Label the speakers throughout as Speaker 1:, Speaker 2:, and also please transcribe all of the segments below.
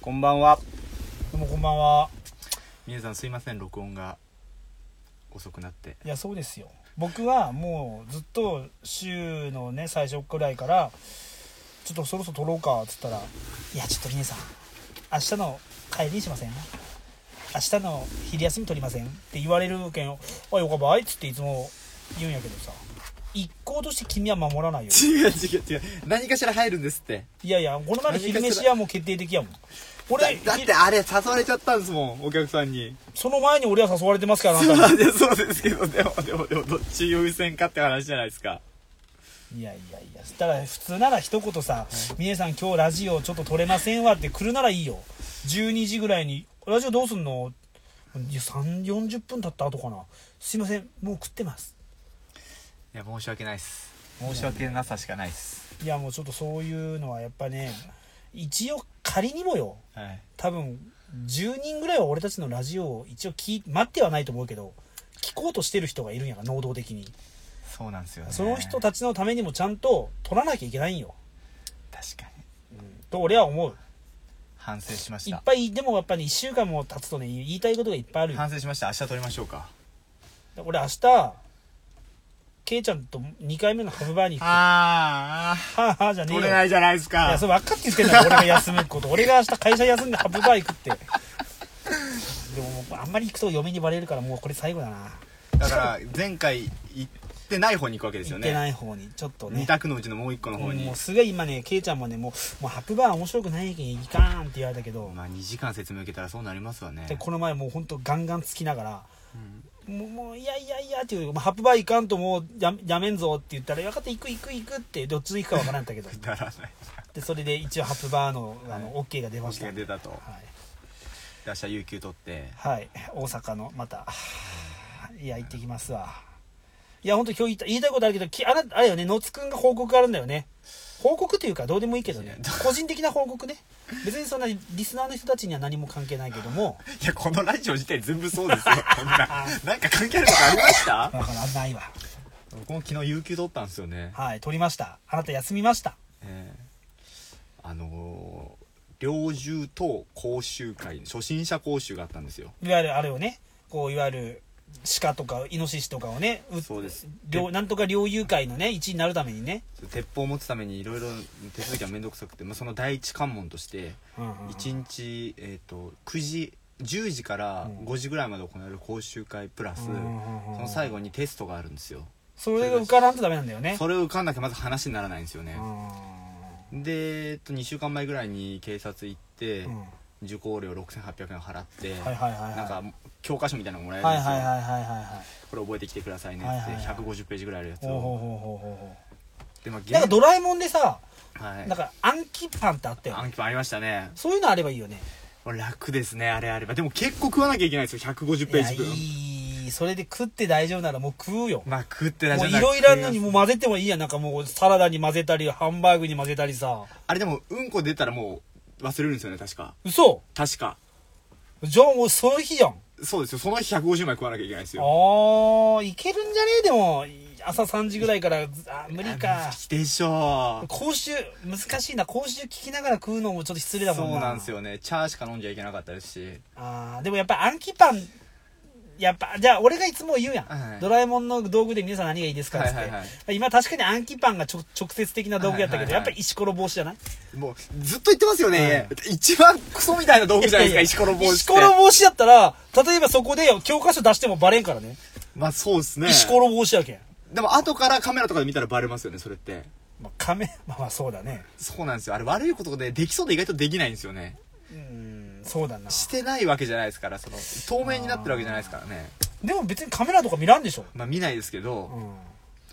Speaker 1: こんばんは。
Speaker 2: どうもこんばんは
Speaker 1: 皆さんすいません、録音が遅くなって。
Speaker 2: いやそうですよ僕はもうずっと週のね最初くらいからちょっとそろそろ撮ろうかっつったら「いやちょっと峰さん明日の帰りにしません明日の昼休み取りません」って言われるけん「あよかばい」っつっていつも言うんやけどさ一行として君は守らないよ
Speaker 1: 違う違う違う。何かしら入るんですって。
Speaker 2: いやいやこの前の昼飯はもう決定的やもん俺
Speaker 1: だだってあれ誘われちゃったんですもん、お客さんに。
Speaker 2: その前に俺は誘われてますからあ
Speaker 1: そうな
Speaker 2: なたに
Speaker 1: ん です、そうですけど、でも、でも、でも、どっち優先かって話じゃないですか。
Speaker 2: いやいやいやしたら普通なら一言さ「峰さん今日ラジオちょっと撮れませんわ」って来るならいいよ12時ぐらいに「ラジオどうすんの?いや」3 4 0分経った後かな「すいませんもう食ってます
Speaker 1: いや、申し訳ないっす。申し訳なさしかないっす。」
Speaker 2: いやもうちょっとそういうのはやっぱね一応仮にもよ
Speaker 1: はい。
Speaker 2: 多分10人ぐらいは俺たちのラジオを一応聞い待ってはないと思うけど聞こうとしてる人がいるんやから能動的に
Speaker 1: そうなんですよね。
Speaker 2: その人
Speaker 1: 確
Speaker 2: たちのためにもちゃんと撮らなきゃいけないんよ、
Speaker 1: かに。
Speaker 2: と俺は思う
Speaker 1: 反省しまし。
Speaker 2: いったぱいでもやっぱり1週間も経つとね言いたいことがいっぱいあるよ
Speaker 1: 反省しました。明日撮りましょうか。
Speaker 2: 俺明日ケイちゃんと2回目のハブバーに行くは
Speaker 1: ああ、
Speaker 2: あはあじゃねえよ
Speaker 1: 撮れないじゃないです
Speaker 2: い
Speaker 1: か。
Speaker 2: やそれ分かって言ってんだよ俺が休むこと 俺が明日会社休んでハブバー行 くってでももうあんまり行くと嫁にバレるからもうこれ最後だな
Speaker 1: だから、前回行ってない方に行くわけです
Speaker 2: 行
Speaker 1: よ
Speaker 2: っ
Speaker 1: ね。
Speaker 2: てない方にちょっと
Speaker 1: 二
Speaker 2: ね
Speaker 1: 択のうちのもう一個の方
Speaker 2: うん
Speaker 1: に
Speaker 2: もう。すげえ今ねケイちゃんもねもうもうハブバー面白くないけんいかんって言われたけど
Speaker 1: まあ2時間説明受けたらそうなりますわね
Speaker 2: でこの前もうほんとガンガンつきながらもうもういやいやいやっていう、まあ、ハプバー行かんともうややめんぞって言ったら「分かった行く行く行く」ってどっちで行くか分からんかったけ ど
Speaker 1: だらない
Speaker 2: でそれで一応ハプバーのあの、OK が出ました
Speaker 1: OK
Speaker 2: は
Speaker 1: が出
Speaker 2: い、
Speaker 1: たと明日有給取って
Speaker 2: はい、大阪のまたいや行ってきますわいや本当今日言いた言いたいことあるけどきあなあれよね野津くんが報告あるんだよね報告というかどうでもいいけどね
Speaker 1: いや
Speaker 2: 個人的な報告ね別にそんなリスナーの人たちには何も関係ないけど も
Speaker 1: いやこのラジオ自体全部そうですよ こんななんか関係あることありました
Speaker 2: 分からないわ
Speaker 1: 僕も昨日有給取ったんですよね、
Speaker 2: はい取りましたあなた休みました
Speaker 1: ええあのー、猟銃と講習会初心者講習があったんですよ
Speaker 2: いわゆるあれをねこういわゆる鹿とかイノシシとかをねう
Speaker 1: そうです
Speaker 2: 猟なんとか猟友会のね一位になるためにね、
Speaker 1: 鉄砲を持つためにいろいろ手続きが面倒くさくて、まあ、その第一関門として
Speaker 2: うんうんうん
Speaker 1: 1日、えー、と9時10時から
Speaker 2: うん
Speaker 1: 5時ぐらいまで行われる講習会プラス、
Speaker 2: うんうんうんうん
Speaker 1: その最後にテストがあるんですよ
Speaker 2: それが受からんとダメなんだよね
Speaker 1: それを受かんなきゃまず話にならないんですよ
Speaker 2: う
Speaker 1: ね
Speaker 2: ー、ん
Speaker 1: で、えっと、2週間前ぐらいに警察行って、
Speaker 2: うん
Speaker 1: 受講料6800円払って、
Speaker 2: はいはいはいはい
Speaker 1: なんか教科書みたいなのもらえるん
Speaker 2: はい
Speaker 1: ですよ、
Speaker 2: はいはいはいはいはい
Speaker 1: これ覚えてきてくださいねって、
Speaker 2: はいはいはい
Speaker 1: 150ページぐらいあるやつ
Speaker 2: ほうほう
Speaker 1: を
Speaker 2: ほうほうほうほ
Speaker 1: でまあ
Speaker 2: う
Speaker 1: ゲ
Speaker 2: なん
Speaker 1: ー
Speaker 2: かドラえもんでさ
Speaker 1: はい
Speaker 2: なんか暗記パンってあったよ
Speaker 1: 暗
Speaker 2: ね
Speaker 1: 記パンありましたね
Speaker 2: そういうのあればいいよね
Speaker 1: これ楽ですねあれあればでも結構食わなきゃいけないですよ150
Speaker 2: い
Speaker 1: ペー
Speaker 2: や
Speaker 1: ジ分
Speaker 2: いいそれで食って大丈夫ならもう食うよ
Speaker 1: まあ食ってない
Speaker 2: も
Speaker 1: じ
Speaker 2: う
Speaker 1: ゃ
Speaker 2: い
Speaker 1: な
Speaker 2: ろいろあるのにもう混ぜてもいいやんなんかもうサラダに混ぜたりハンバーグに混ぜたりさ
Speaker 1: あれでもうんこ出たらもう忘れるんですよね確か
Speaker 2: 嘘
Speaker 1: 確か
Speaker 2: じゃあもうその日じゃん
Speaker 1: そうですよその日150枚食わなきゃいけないんですよ
Speaker 2: ああ、いけるんじゃねえでも、朝3時ぐらいから、あ無理か。
Speaker 1: きでしょ
Speaker 2: 講習、難しいな。講習聞きながら食うのもちょっと失礼だも
Speaker 1: そ
Speaker 2: んな。
Speaker 1: うなんです。よねチャーしか飲んじゃいけなかったですし
Speaker 2: ああ、でもやっぱ暗記パン、やっぱ、じゃあ俺がいつも言うやん。
Speaker 1: はい
Speaker 2: ドラえもんの道具で皆さん何がいいですかっつって。
Speaker 1: はいはいは
Speaker 2: 今確かに暗記パンがちょ直接的な道具やった
Speaker 1: はいはい
Speaker 2: けど、
Speaker 1: はい
Speaker 2: やっぱり石ころ帽子じゃない
Speaker 1: もうずっと言ってますよね、一番クソみたいな道具じゃないですか石ころ帽子って
Speaker 2: 石ころ帽子やったら、例えばそこで教科書出してもバレんからね。
Speaker 1: まあそうですね
Speaker 2: 石ころ帽子やけん。
Speaker 1: でも後からカメラとかで見たらバレますよねそれって
Speaker 2: まあ、カメ、まあまあそうだね。
Speaker 1: そうなんですよあれ悪いことでできそうで意外とできないんですよね
Speaker 2: うん、そうだな。
Speaker 1: してないわけじゃないですからその透明になってるわけじゃないですからね
Speaker 2: でも別にカメラとか見らんでしょ
Speaker 1: まあ見ないですけど、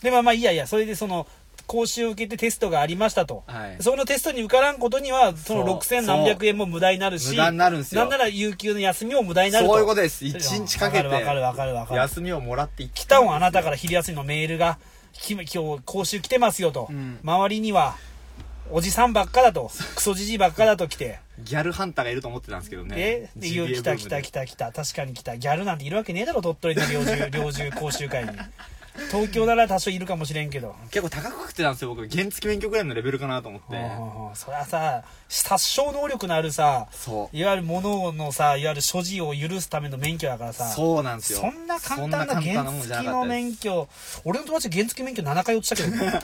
Speaker 2: でもまあいいやいやそれでその講習を受けてテストがありましたと、
Speaker 1: はい
Speaker 2: そのテストに受からんことにはその
Speaker 1: そう
Speaker 2: 6000何百円も無駄になるし
Speaker 1: 無駄になるんすよ
Speaker 2: なんなら有給の休みも無駄になると
Speaker 1: そういうことです一日かけて
Speaker 2: わかるわかるわかるわかる
Speaker 1: 休みをもらっていき
Speaker 2: 来たんはあなたから昼休みのメールがき今日講習来てますよと、
Speaker 1: うん
Speaker 2: 周りにはおじさんばっかだとクソじじいばっかだと来て
Speaker 1: ギャルハンターがいると思ってたんですけど
Speaker 2: で
Speaker 1: ね。
Speaker 2: で言う来た来た来
Speaker 1: た。
Speaker 2: た来た確かに来たギャルなんているわけねえだろ鳥取の猟銃猟銃講習会に東京なら多少いるかもしれんけど
Speaker 1: 結構高くてたんですよ僕原付免許ぐらいのレベルかなと思っ
Speaker 2: うん
Speaker 1: て
Speaker 2: うんうんそりゃさ殺傷能力のあるさ
Speaker 1: そう
Speaker 2: いわゆる物のさいわゆる所持を許すための免許だからさ
Speaker 1: そうなんですよ
Speaker 2: そんな簡単な
Speaker 1: そん簡
Speaker 2: 原
Speaker 1: 単もんじゃ
Speaker 2: 付
Speaker 1: な
Speaker 2: の
Speaker 1: かったです
Speaker 2: 免許俺の友達原付免許7回落ちた けどね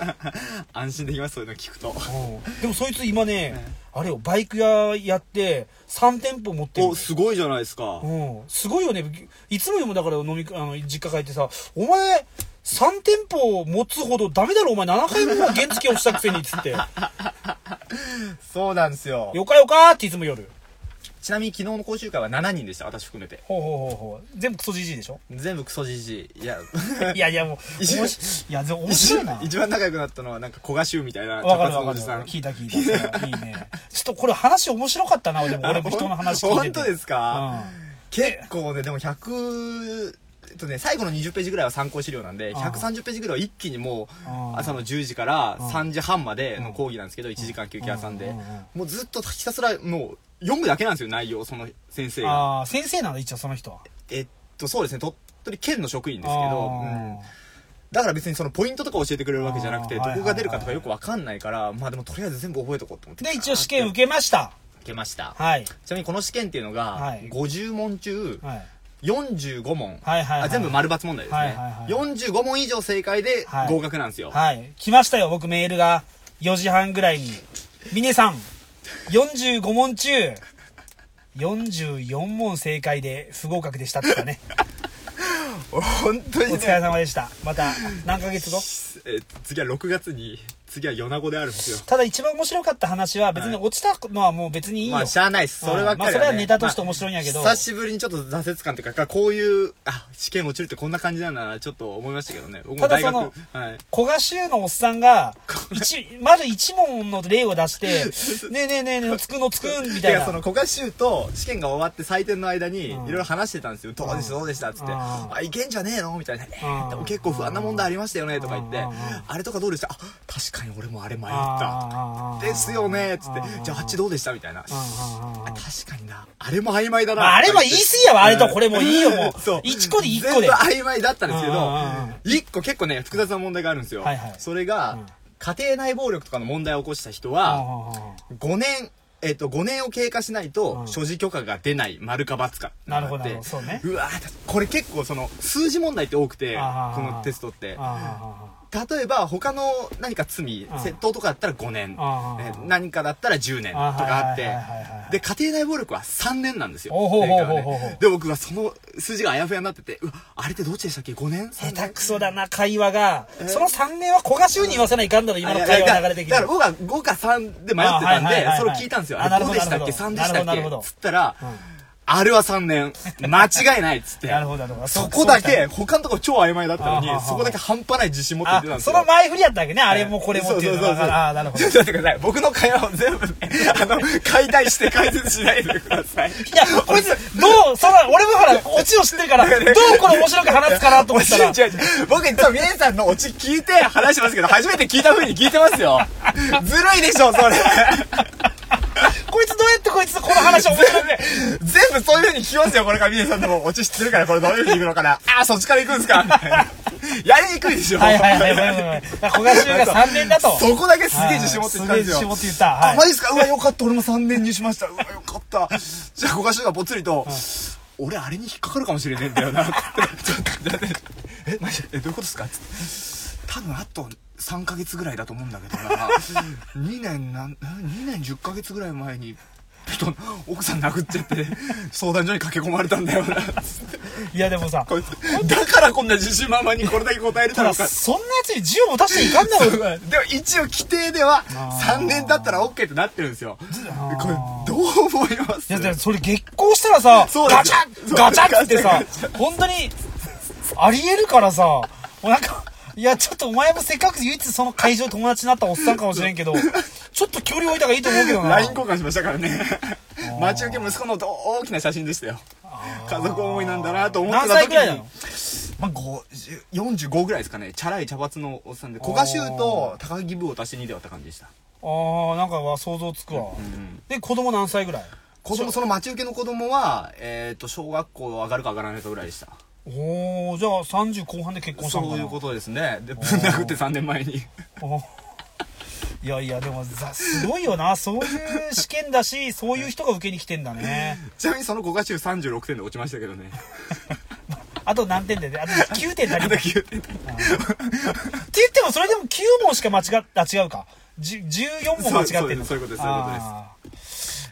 Speaker 1: 安心できますそういうの聞くと
Speaker 2: うんでもそいつ今ねあれよバイク屋やって3店舗持ってる
Speaker 1: おすごいじゃないですか
Speaker 2: うん、すごいよねいつもよりもだから飲みあの実家帰ってさ「お前3店舗持つほどダメだろお前7回も原付をしたくせに」っつって「
Speaker 1: そうなんですよ
Speaker 2: よかよか」っていつも夜
Speaker 1: ちなみに昨日の講習会は7人でした私含めて
Speaker 2: ほうほうほうほう全部クソじじいでしょ
Speaker 1: 全部クソじじいいや
Speaker 2: いやいやもう
Speaker 1: 一緒
Speaker 2: 面白いいやでも 面白いな
Speaker 1: 一番仲良くなったのはなんか古賀衆みたいな
Speaker 2: わかる
Speaker 1: 茶髪の
Speaker 2: わ
Speaker 1: お
Speaker 2: か
Speaker 1: じ
Speaker 2: る
Speaker 1: さん
Speaker 2: 聞いた聞いたそれはいいねちょっとこれ話面白かったなでも俺も人の話聞いてて
Speaker 1: 本当ですか、
Speaker 2: うん
Speaker 1: 結構ねでも100えっとね、最後の20ページぐらいは参考資料なんで
Speaker 2: ああ
Speaker 1: 130ページぐらいは一気にも
Speaker 2: あ
Speaker 1: う
Speaker 2: あ
Speaker 1: 朝の10時から3時半までの講義なんですけど1時間休憩挟ん
Speaker 2: う
Speaker 1: で
Speaker 2: んうんうん
Speaker 1: もうずっとひたすらもう読むだけなんですよ内容その先生が
Speaker 2: ああ先生なんだ一応その人は
Speaker 1: えっとそうですね鳥取県の職員ですけ
Speaker 2: あ
Speaker 1: ど、
Speaker 2: ー
Speaker 1: うんだから別にそのポイントとか教えてくれるわけじゃなくて
Speaker 2: あ
Speaker 1: ど
Speaker 2: ー
Speaker 1: こが出るかとかよくわかんないからまあでもとりあえず全部覚えとこうと思って
Speaker 2: で一応試験
Speaker 1: 受
Speaker 2: 受けました
Speaker 1: けました
Speaker 2: はい
Speaker 1: ちなみにこの試験っていうの
Speaker 2: は
Speaker 1: が
Speaker 2: い
Speaker 1: 50問中
Speaker 2: はい
Speaker 1: 45問、
Speaker 2: はいはいはい
Speaker 1: あ全部丸×問題ですね、
Speaker 2: はいはいはい
Speaker 1: 45問以上正解で
Speaker 2: はい
Speaker 1: 合格なんですよ、
Speaker 2: はい。来ましたよ、僕メールが。4時半ぐらいに。ミネさん、45問中、44問正解で不合格でしたってかね。
Speaker 1: 本当
Speaker 2: お
Speaker 1: に
Speaker 2: 疲
Speaker 1: ね
Speaker 2: れ様でした。また、何ヶ月後
Speaker 1: え次は6月に次は米子であるんですよ
Speaker 2: ただ一番面白かった話は別に落ちたのはもう別にいいよ。
Speaker 1: まあしゃあないっすそればっかりは、ね
Speaker 2: まあそれはネタとして面白いんやけど
Speaker 1: まあ久しぶりにちょっと挫折感っていうかこういうあ試験落ちるってこんな感じなんだなちょっと思いましたけどね僕も
Speaker 2: ただ
Speaker 1: 大
Speaker 2: そ
Speaker 1: 学
Speaker 2: の
Speaker 1: はい
Speaker 2: 小賀衆のおっさんが、一、まず一問の例を出して、ねえねえねえねえ、つくのつくん、み
Speaker 1: い
Speaker 2: たい
Speaker 1: や
Speaker 2: な
Speaker 1: そ。の古賀修と試験が終わって採点の間にい
Speaker 2: うん
Speaker 1: ろいろ話してたんですよ、どうでしたどうでしたっつって、
Speaker 2: うん
Speaker 1: あいけんじゃねえのみたいな、えーでも結構不安な問題ありましたよねとか言って、
Speaker 2: うんうん
Speaker 1: あれとかどうでしたあ確かに俺もあれ迷った
Speaker 2: あー
Speaker 1: ですよねっつってじゃああっちどうでしたみたいな、
Speaker 2: うんうんうんうん
Speaker 1: あ確かになあれも曖昧だな。
Speaker 2: まあ、あれも言い過ぎやわ、あれとこれもういいよ、も う
Speaker 1: そう
Speaker 2: 1個で1個
Speaker 1: 全部
Speaker 2: で。
Speaker 1: 曖昧だったんですけ
Speaker 2: うんう
Speaker 1: ど
Speaker 2: んうんうん
Speaker 1: 一個結構ね複雑な問題があるんですよ、
Speaker 2: はいはい
Speaker 1: それが、
Speaker 2: うん
Speaker 1: 家庭内暴力とかの問題を起こした人
Speaker 2: あ
Speaker 1: は、5年えっと、5年を経過しないと
Speaker 2: う、ん
Speaker 1: 所持許可が出ない、丸か×か。
Speaker 2: なるほどなるほど
Speaker 1: って
Speaker 2: そうね
Speaker 1: うわーこれ結構その、数字問題って多くて、こ
Speaker 2: あー
Speaker 1: のテストって。
Speaker 2: あ
Speaker 1: 例えば、他の何か罪、窃盗とかだったら5年、
Speaker 2: あー
Speaker 1: えー何かだったら10年とかあって
Speaker 2: あーはいはいはいはいは、い
Speaker 1: で、家庭内暴力は3年なんですよ。
Speaker 2: おほほほほ
Speaker 1: 正
Speaker 2: ほ
Speaker 1: 解はねで、僕はその数字があやふやになってて、うわ、あれってどっちでしたっけ ?5 年
Speaker 2: 下
Speaker 1: ?3
Speaker 2: 手
Speaker 1: 年
Speaker 2: くそだな、会話が。その3年は小賀衆に言わせないかんだろ、今の会話の流れ的に
Speaker 1: だ。からだから5が5か3で迷ってたん
Speaker 2: あはいはいはいは
Speaker 1: で
Speaker 2: い
Speaker 1: それを聞いたんですよ
Speaker 2: あ
Speaker 1: あ
Speaker 2: な
Speaker 1: れ
Speaker 2: る
Speaker 1: 5
Speaker 2: ほ
Speaker 1: で
Speaker 2: ど
Speaker 1: したっけ
Speaker 2: なるほど
Speaker 1: 3でしたっ
Speaker 2: なるほど
Speaker 1: けつったら、あれは3年間違いないっつって
Speaker 2: なるほどなるほど
Speaker 1: そこだけ他のところ超曖昧だったの
Speaker 2: あは
Speaker 1: に
Speaker 2: は
Speaker 1: そこだけ半端ない自信持って言ってたん
Speaker 2: あ、
Speaker 1: です
Speaker 2: そ
Speaker 1: よ
Speaker 2: の前振りやったわけね、あれもこれもっていうの
Speaker 1: そうそうそうそう
Speaker 2: が。ああー、なるほど。
Speaker 1: ちょっと待ってください僕の会話を全部ねあの解体して解説しないでください
Speaker 2: いや、こいつ、どう、その、俺もほら、オチを知ってるから、どうこれ面白く話すかなと思ったら、
Speaker 1: 違う違う違う僕いつも皆さんのオチ聞いて話してますけど初めて聞いた風に聞いてますよずるいでしょそれ
Speaker 2: こいつどうやってこいつこの話面白くね。
Speaker 1: 全部そういう風に聞きますよ、これから峰さんでも。オチ知ってるから、これどういう風に行くのかな。ああ、そっちから行くんです かみたいなやりにくいでしょ。
Speaker 2: はいはいはい、ごめんごめんごめん。小賀衆が3年だ と。
Speaker 1: そこだけすげえ自信持って言ったんです
Speaker 2: げえ自信持
Speaker 1: よ
Speaker 2: っ。て言った。は
Speaker 1: あ、
Speaker 2: い
Speaker 1: マジですかうわ、よかった。俺も3年入しました。うわ、よかった。じゃあ、小賀修がぽつりと、俺、あれに引っかかるかもしれねえんだよな。ってちょっと、だってえ、マジえ、どういうことですかつって。多分、あと3ヶ月ぐらいだと思うんだけどな。2年なん、2年10ヶ月ぐらい前に、ちょっと奥さん殴っちゃって相談所に駆け込まれたんだよなつって
Speaker 2: いやでもさ、
Speaker 1: こいつだからこんな自信満々にこれだけ答えれた
Speaker 2: ただ
Speaker 1: のか
Speaker 2: そんなやつに銃を出していかんだ
Speaker 1: で
Speaker 2: ろ。
Speaker 1: も一応規定では
Speaker 2: あー
Speaker 1: 3年だったら OK ってなってるんですよ
Speaker 2: あー
Speaker 1: これどう思いま
Speaker 2: い
Speaker 1: す
Speaker 2: や、でもそれ激光したらさ、
Speaker 1: そう
Speaker 2: ガ
Speaker 1: です
Speaker 2: チャ
Speaker 1: そ
Speaker 2: ン
Speaker 1: う
Speaker 2: ガチャンってさ
Speaker 1: ガチ、
Speaker 2: 本当に、ありえるからさ、もうなんか、いや、ちょっとお前もせっかく唯一その会場友達になったおっさんかもしれんけど、ちょっと距離置いた方がいいと思うけどな。
Speaker 1: LINE 交換しましたからね待ち受け息子の大きな写真でしたよ家族思いなんだなと思ってた
Speaker 2: 何
Speaker 1: 時に
Speaker 2: 歳ぐらいなの
Speaker 1: まあ、50 45ぐらいですかねチャラい茶髪のおっさんで古賀修と高木ブーを足して2で割った感じでした
Speaker 2: ああ、なんかは想像つくわ。で、子供何歳ぐらい
Speaker 1: 子供その待ち受けの子供はえっ、と小学校上がるか上がらないかぐらいでした
Speaker 2: おおじゃあ30後半で結婚したのか
Speaker 1: そう
Speaker 2: な
Speaker 1: いうことですねでぶん殴って3年前に
Speaker 2: おーいやいやでもざすごいよなそういう試験だしそういう人が受けに来てんだね
Speaker 1: ちなみにその5が中36点で落ちましたけど ね
Speaker 2: あと何点でねあと9点だけ
Speaker 1: あ
Speaker 2: って
Speaker 1: と9点
Speaker 2: 言ってもそれでも9問しか間違っあ違うかじ14問間違
Speaker 1: そうそ
Speaker 2: ってるのか
Speaker 1: うそういうことですそういうことです
Speaker 2: あー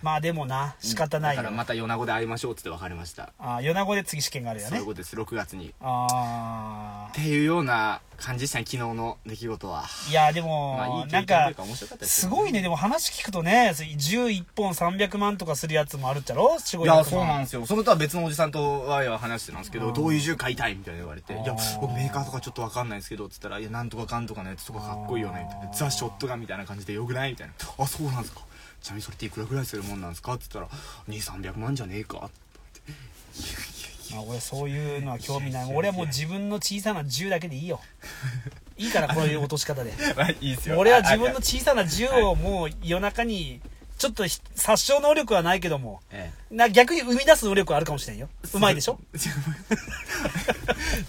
Speaker 2: まあでもな仕方ない
Speaker 1: だ
Speaker 2: よ、
Speaker 1: からまた米子で会いましょうっつって別れました
Speaker 2: あー米子で次試験があるよ
Speaker 1: そうい
Speaker 2: ね
Speaker 1: うことです6月にっ
Speaker 2: ああ
Speaker 1: ていうような感じでしたね昨日の出来事はい
Speaker 2: やでも、
Speaker 1: まあいい
Speaker 2: な
Speaker 1: 経験と
Speaker 2: ん
Speaker 1: い
Speaker 2: か
Speaker 1: うか面白かったです
Speaker 2: す
Speaker 1: よ
Speaker 2: ごいねでも話聞くとね11本300万とかするやつもあるっちゃろ4 5
Speaker 1: いや、そうなん
Speaker 2: ん
Speaker 1: ですよ。それとは別のおじさんとわいは話してたんですけ
Speaker 2: う
Speaker 1: ど、
Speaker 2: ん
Speaker 1: どういう銃買いたいみたいな言われて、いや
Speaker 2: あー、
Speaker 1: 僕メーカーとかちょっとわかんないんですけど、つったら、いや、なんとかかんとかのやつとかかっこいいよね、みたい
Speaker 2: あ
Speaker 1: な。
Speaker 2: ー
Speaker 1: ザ・ショットガンみたいな感じでよくないみたいな。あ、そうなんですか。ちなみにそれっていくらぐらいするもんなんですかつったら、2、300万じゃねえか。
Speaker 2: あ俺そういうのは興味ない俺はもう自分の小さな銃だけでいいよいいからこういう落とし方で
Speaker 1: まあ、いいです
Speaker 2: 俺は自分の、小さな銃をもう夜中にちょっとひ殺傷能力はないけども
Speaker 1: え
Speaker 2: な逆に生み出す能力はあるかもしれんようまいでしょ
Speaker 1: え。ちょ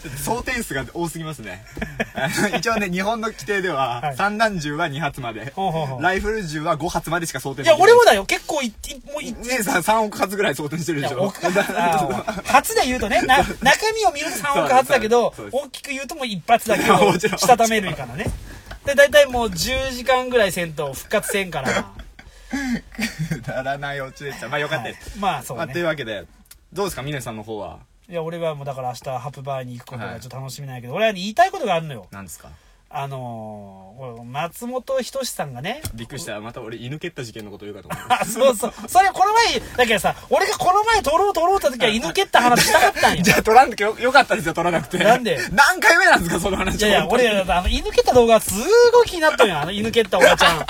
Speaker 1: っと想定数が多すぎますね あの一応ね日本の規定で
Speaker 2: は
Speaker 1: はい散弾銃は2発まで
Speaker 2: ほうほうほう
Speaker 1: ライフル銃は5発までしか想定
Speaker 2: い
Speaker 1: できな
Speaker 2: や
Speaker 1: い
Speaker 2: 俺もだよ結構いいもうい
Speaker 1: 姉さん3億発ぐらい想定してる
Speaker 2: い
Speaker 1: でし
Speaker 2: や
Speaker 1: ょ
Speaker 2: 奥があ初で言うとねな中身を見ると3億発だけ
Speaker 1: そ
Speaker 2: ど
Speaker 1: うですそうです
Speaker 2: 大きく言うともう一発だけ
Speaker 1: いや
Speaker 2: を
Speaker 1: もちろん
Speaker 2: したためるからねで大体もう10時間ぐらい戦闘復活せんから、
Speaker 1: くだら ないオチでしたまあよかったです、
Speaker 2: まあそう
Speaker 1: まあ、とい
Speaker 2: ね
Speaker 1: うわけでどうですか峰さんの方はい
Speaker 2: や俺はもうだから明日ハプバーに行くこと
Speaker 1: は
Speaker 2: が
Speaker 1: い
Speaker 2: ちょっと楽しみなんやけど、俺は言いたいことがあるのよ
Speaker 1: 何ですか
Speaker 2: あのーこれ松本人志さんがね
Speaker 1: びっくりしたまた俺犬蹴った事件のこと言うかと思っ た
Speaker 2: あそうそうそれこの前だけどさ俺がこの前取ろう取ろうって時は犬蹴った話したかったんよ
Speaker 1: じゃあ取らんとよよかったですよ取らなくて
Speaker 2: なんで
Speaker 1: 何回目なんですかその話
Speaker 2: いやいや、
Speaker 1: 本当に
Speaker 2: 俺、あの、犬蹴った動画すごい気になったよ、あの、犬蹴ったおば ちゃん。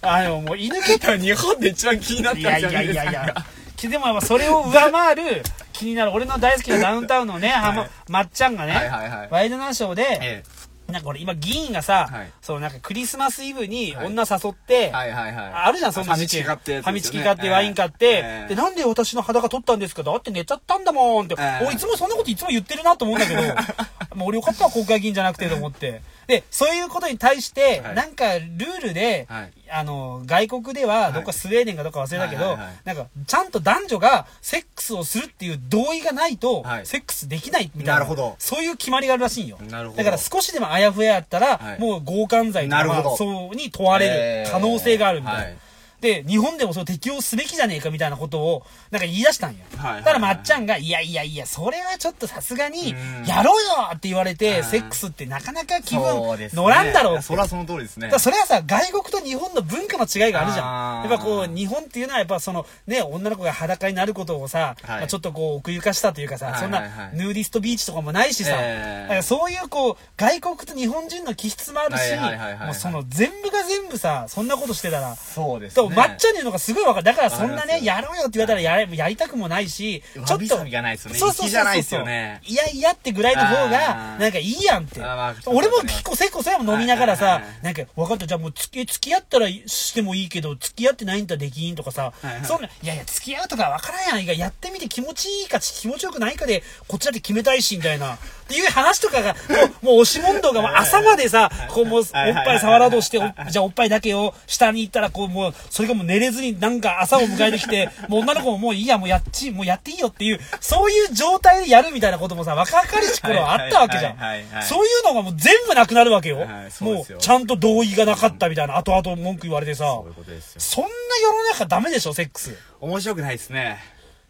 Speaker 2: あの、もう犬蹴った。い
Speaker 1: 日本で一番気になったんじゃ
Speaker 2: や
Speaker 1: ないいです
Speaker 2: や
Speaker 1: か
Speaker 2: いやいや。きでもやっぱそれを上回る、気になる、俺の大好きなダウンタウンのね、あの
Speaker 1: はい
Speaker 2: まっちゃんがね、
Speaker 1: はいはいはい
Speaker 2: ワイドナショーで、
Speaker 1: え
Speaker 2: なんか俺今、議員がさ、
Speaker 1: はい
Speaker 2: そのなんかクリスマスイブに
Speaker 1: はい
Speaker 2: 女誘って、
Speaker 1: えはいはいはい
Speaker 2: あるじゃん、そんな事件。
Speaker 1: ファミチキ買ってやつですよね
Speaker 2: ファミチキ買って、ワイン買って、
Speaker 1: ええ
Speaker 2: で、なんで私の裸取ったんですかだって寝ちゃったんだもんって。
Speaker 1: ええ
Speaker 2: 俺いつもそんなこといつも言ってるなと思うんだ けど、もう俺よかったわ、国会議員じゃなくてと思って。で、そういうことに対して、
Speaker 1: はい
Speaker 2: なんかルールで、
Speaker 1: はい
Speaker 2: あの、外国では、どっかスウェーデンかどっか忘れたけど、
Speaker 1: はいはいはい
Speaker 2: なんか、ちゃんと男女がセックスをするっていう同意がないと、
Speaker 1: はい
Speaker 2: セックスできないみたいな。
Speaker 1: なるほど
Speaker 2: そういう決まりがあるらしいんよ。
Speaker 1: なるほど
Speaker 2: だから少しでもあやふややったら、
Speaker 1: はい
Speaker 2: もう強姦罪とか、
Speaker 1: なるほど
Speaker 2: まあそうに問われる可能性があるみたいな。
Speaker 1: えーはい
Speaker 2: で、日本でもそれ適用すべきじゃねえかみたいなことを、なんか言い出したんや。
Speaker 1: はいはい
Speaker 2: ただ、まっちゃんが、いやいやいや、それはちょっとさすがに
Speaker 1: うん、
Speaker 2: やろうよって言われ
Speaker 1: う
Speaker 2: て、
Speaker 1: ん
Speaker 2: セックスってなかなか気
Speaker 1: そう
Speaker 2: 分
Speaker 1: ですね
Speaker 2: 乗らんだろうって。
Speaker 1: そりゃその通りですね
Speaker 2: だからそれはさ、外国と日本の文化の違いがあるじゃ
Speaker 1: あ
Speaker 2: ん。
Speaker 1: ー
Speaker 2: やっぱこう、日本っていうのはやっぱその、ね、女の子が裸になることをさ、
Speaker 1: はい
Speaker 2: まあちょっとこう、奥ゆかしたというかさ、
Speaker 1: はい
Speaker 2: そん
Speaker 1: はいは
Speaker 2: な、
Speaker 1: い
Speaker 2: ヌーディストビーチとかもないしさ、
Speaker 1: えー
Speaker 2: だからそういうこう、外国と日本人の気質もあるし、
Speaker 1: はいはいはいはいはい
Speaker 2: もうその、全部が全部さ、そんなことしてたら、
Speaker 1: そうです
Speaker 2: で
Speaker 1: ね
Speaker 2: も、まっちゃんに言うのがすごいわかる。だから、そんな
Speaker 1: わか
Speaker 2: ね、
Speaker 1: りま
Speaker 2: やろうよって言われたらやれ、やりたくもないし、ちょっと。
Speaker 1: わびさびがないですよね
Speaker 2: そうそうそうそう
Speaker 1: 粋じゃないですよね
Speaker 2: いやいやってぐらいの方が
Speaker 1: あ、ー
Speaker 2: なんかいいやんって
Speaker 1: あーまあ。
Speaker 2: 俺も結構、結構それも飲みながら
Speaker 1: はい
Speaker 2: さ
Speaker 1: はいはいは、い
Speaker 2: なんか、分かった、じゃあもう付き、付き合ったらしてもいいけど、付き合ってないんだできんとかさ
Speaker 1: はいは、い
Speaker 2: そんな、いやいや、付き合うとか分からんやん。やってみて気持ちいいか、気持ちよくないかで、こっちだって決めたいし、みたいな。っていう話とかが、もう、もう押し問答が、もう朝までさ、こう、もう、おっ
Speaker 1: はいはい
Speaker 2: ぱい触ろうとして、おじゃあおっぱいだけを下に行ったら、こう、もう、それがもう寝れずになんか朝を迎えてきて、 もう女の子ももういいや、もうやっち、もうやっていいよっていう、そういう状態でやるみたいなこともさ、若かりし頃はあったわけじゃん
Speaker 1: はいはいはいは。い
Speaker 2: そういうのがもう全部なくなるわけよ。
Speaker 1: はいそう
Speaker 2: も
Speaker 1: で
Speaker 2: う
Speaker 1: すよ、
Speaker 2: ちゃんと同意がなかったみたいな、後々文句言われてさ
Speaker 1: そうい、うことですよ
Speaker 2: そんな世の中ダメでしょ、セックス。
Speaker 1: 面白くないですね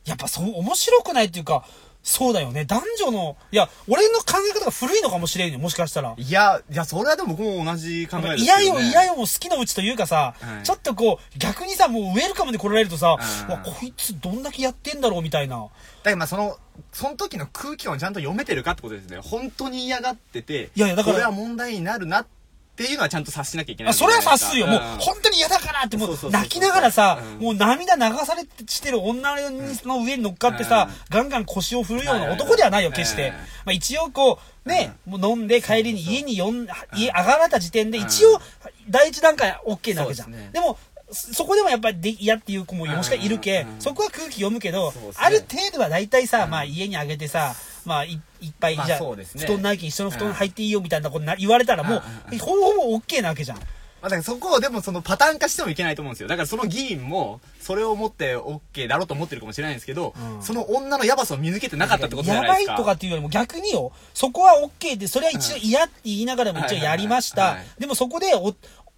Speaker 2: やっぱそう、面白くないっていうか、そうだよね。男女の、いや、俺の考え方が古いのかもしれんよ、もしかしたら。
Speaker 1: いやいやそれはでも僕も同じ考えですけど
Speaker 2: いや
Speaker 1: ね
Speaker 2: よいやよも好きのうちというかさ、
Speaker 1: はい
Speaker 2: ちょっとこう、逆にさ、もうウェルカムで来られるとさ、
Speaker 1: うん
Speaker 2: わ、こいつどんだけやってんだろうみたいな。
Speaker 1: だからまあその、その時の空気をちゃんと読めてるかってことですね。本当に嫌がってて、
Speaker 2: いやいやだから
Speaker 1: これは問題になるなっていうのはちゃんと察しなきゃいけない
Speaker 2: あ
Speaker 1: わけじゃ
Speaker 2: それ
Speaker 1: な
Speaker 2: はい
Speaker 1: ですか。
Speaker 2: 察するよ。もう、
Speaker 1: ん
Speaker 2: 本当に嫌だからって、も、
Speaker 1: そうそうそうう
Speaker 2: 泣きながらさ、
Speaker 1: うん
Speaker 2: もう涙流されてしてる女の上に乗っかってさ
Speaker 1: うん、
Speaker 2: ガンガン腰を振るよう
Speaker 1: はい
Speaker 2: な
Speaker 1: はいはい
Speaker 2: 男ではないよ、決し
Speaker 1: え
Speaker 2: て
Speaker 1: え。
Speaker 2: まあ一応こう、ね、もう飲んで帰りに家によん、家上がられた時点で、一応、第一段階は OK なわけじゃん。
Speaker 1: そう
Speaker 2: で
Speaker 1: ですね
Speaker 2: も、そそこでもやっぱりで嫌っていう子ももしかしたらいるけ
Speaker 1: うんうんう、ん
Speaker 2: そこは空気読むけど
Speaker 1: そうで、すね
Speaker 2: ある程度は大体さ、まあ家にあげてさ、まあ、いいっぱい、
Speaker 3: まあ
Speaker 2: じゃあ、
Speaker 3: そうですね
Speaker 2: 布団ないきに一緒の布団入っていいよみたいなことな言われたら、もう、ほぼほぼ OK なわけじゃん。
Speaker 3: まあ、だからそこをでもそのパターン化してもいけないと思うんですよ。だからその議員も、それを持って OK だろうと思ってるかもしれないんですけど、
Speaker 2: うん
Speaker 3: その女のヤバさを見抜けてなかったってことじゃ
Speaker 2: や
Speaker 3: ない
Speaker 2: ば
Speaker 3: で
Speaker 2: い
Speaker 3: すか。
Speaker 2: とかっていうよりも逆によ、そこは OK で、それは一応嫌って言いながらも一応やりまし
Speaker 3: はいは
Speaker 2: た
Speaker 3: いはいは。
Speaker 2: でもそこでお、